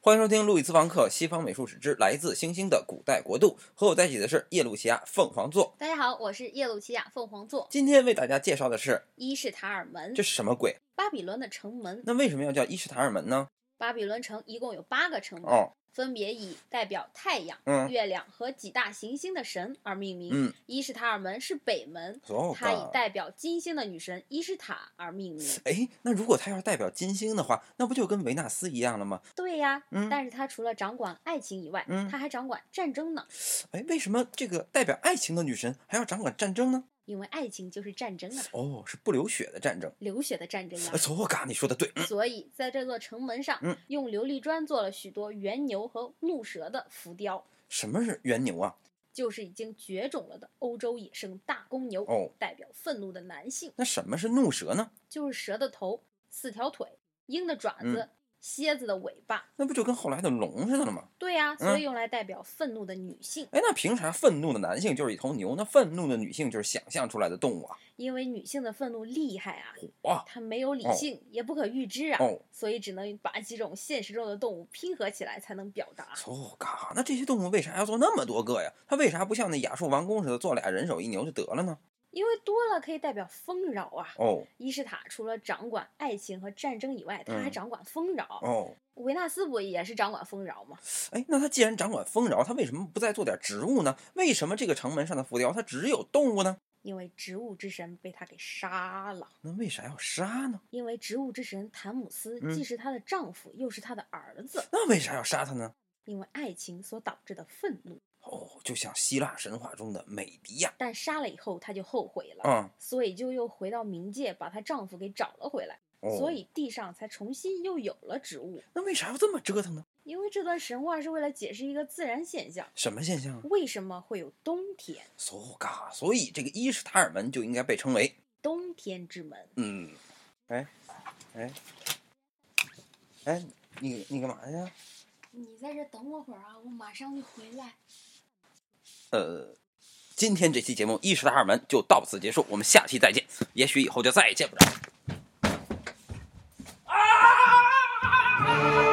欢迎收听《路易斯·房克：西方美术史之来自星星的古代国度》，和我在一起的是耶鲁奇亚凤凰座。大家好，我是耶鲁奇亚啊凤凰座，今天为大家介绍的是伊什塔尔门这，是什么鬼？巴比伦的城门。那为什么要叫伊什塔尔门呢？巴比伦城一共有八个城门，哦，分别以代表太阳、嗯，月亮和几大行星的神而命名。嗯伊什塔尔门是北门，哦，它以代表金星的女神伊什塔而命名。哎，那如果它要是代表金星的话，那不就跟维纳斯一样了吗？对呀，嗯但是它除了掌管爱情以外，嗯它还掌管战争呢，哎，为什么这个代表爱情的女神还要掌管战争呢？因为爱情就是战争啊，哦，是不流血的战争。流血的战争啊哎，。错嘎，你说的对。嗯所以，在这座城门上，嗯用琉璃砖做了许多猿牛和怒蛇的浮雕。什么是原牛啊？就是已经绝种了的欧洲野生大公牛，哦代表愤怒的男性，那什么是怒蛇呢？就是蛇的头、四条腿、鹰的爪子、嗯蝎子的尾巴。那不就跟后来的龙似的了吗？对呀、所嗯以用来代表愤怒的女性，哎，那凭啥愤怒的男性就是一头牛，那愤怒的女性就是想象出来的动物啊？因为女性的愤怒厉害啊，哇它没有理性，也不可预知啊，哦，所以只能把几种现实中的动物拼合起来才能表达。错哦嘎，那这些动物为啥要做那么多个呀？它为啥不像那亚述王宫似的做俩人手一牛就得了呢？因为多了可以代表丰饶啊。哦伊什塔除了掌管爱情和战争以外，她还嗯掌管丰饶。哦，维纳斯不也是掌管丰饶吗？哎，那它既然掌管丰饶，它为什么不再做点植物呢？为什么这个城门上的浮雕它只有动物呢？因为植物之神被他给杀了。那为啥要杀呢？因为植物之神谭姆斯嗯既是她的丈夫，又是她的儿子，那为啥要杀它呢？因为爱情所导致的愤怒。哦，就像希腊神话中的美狄亚但杀了以后，她就后悔了，啊、所以就又回到冥界，把她丈夫给找了回来，哦，所以地上才重新又有了植物。那为啥要这么折腾呢？因为这段神话是为了解释一个自然现象，什么现象啊？为什么会有冬天？所嘎，所以这个伊什塔尔门就应该被称为冬天之门，嗯，哎，哎，哎，你你干嘛去啊？你在这等我会儿啊，我马上就回来。呃，今天这期节目《伊什塔尔门》就到此结束，我们下期再见。也许以后就再也见不着。啊！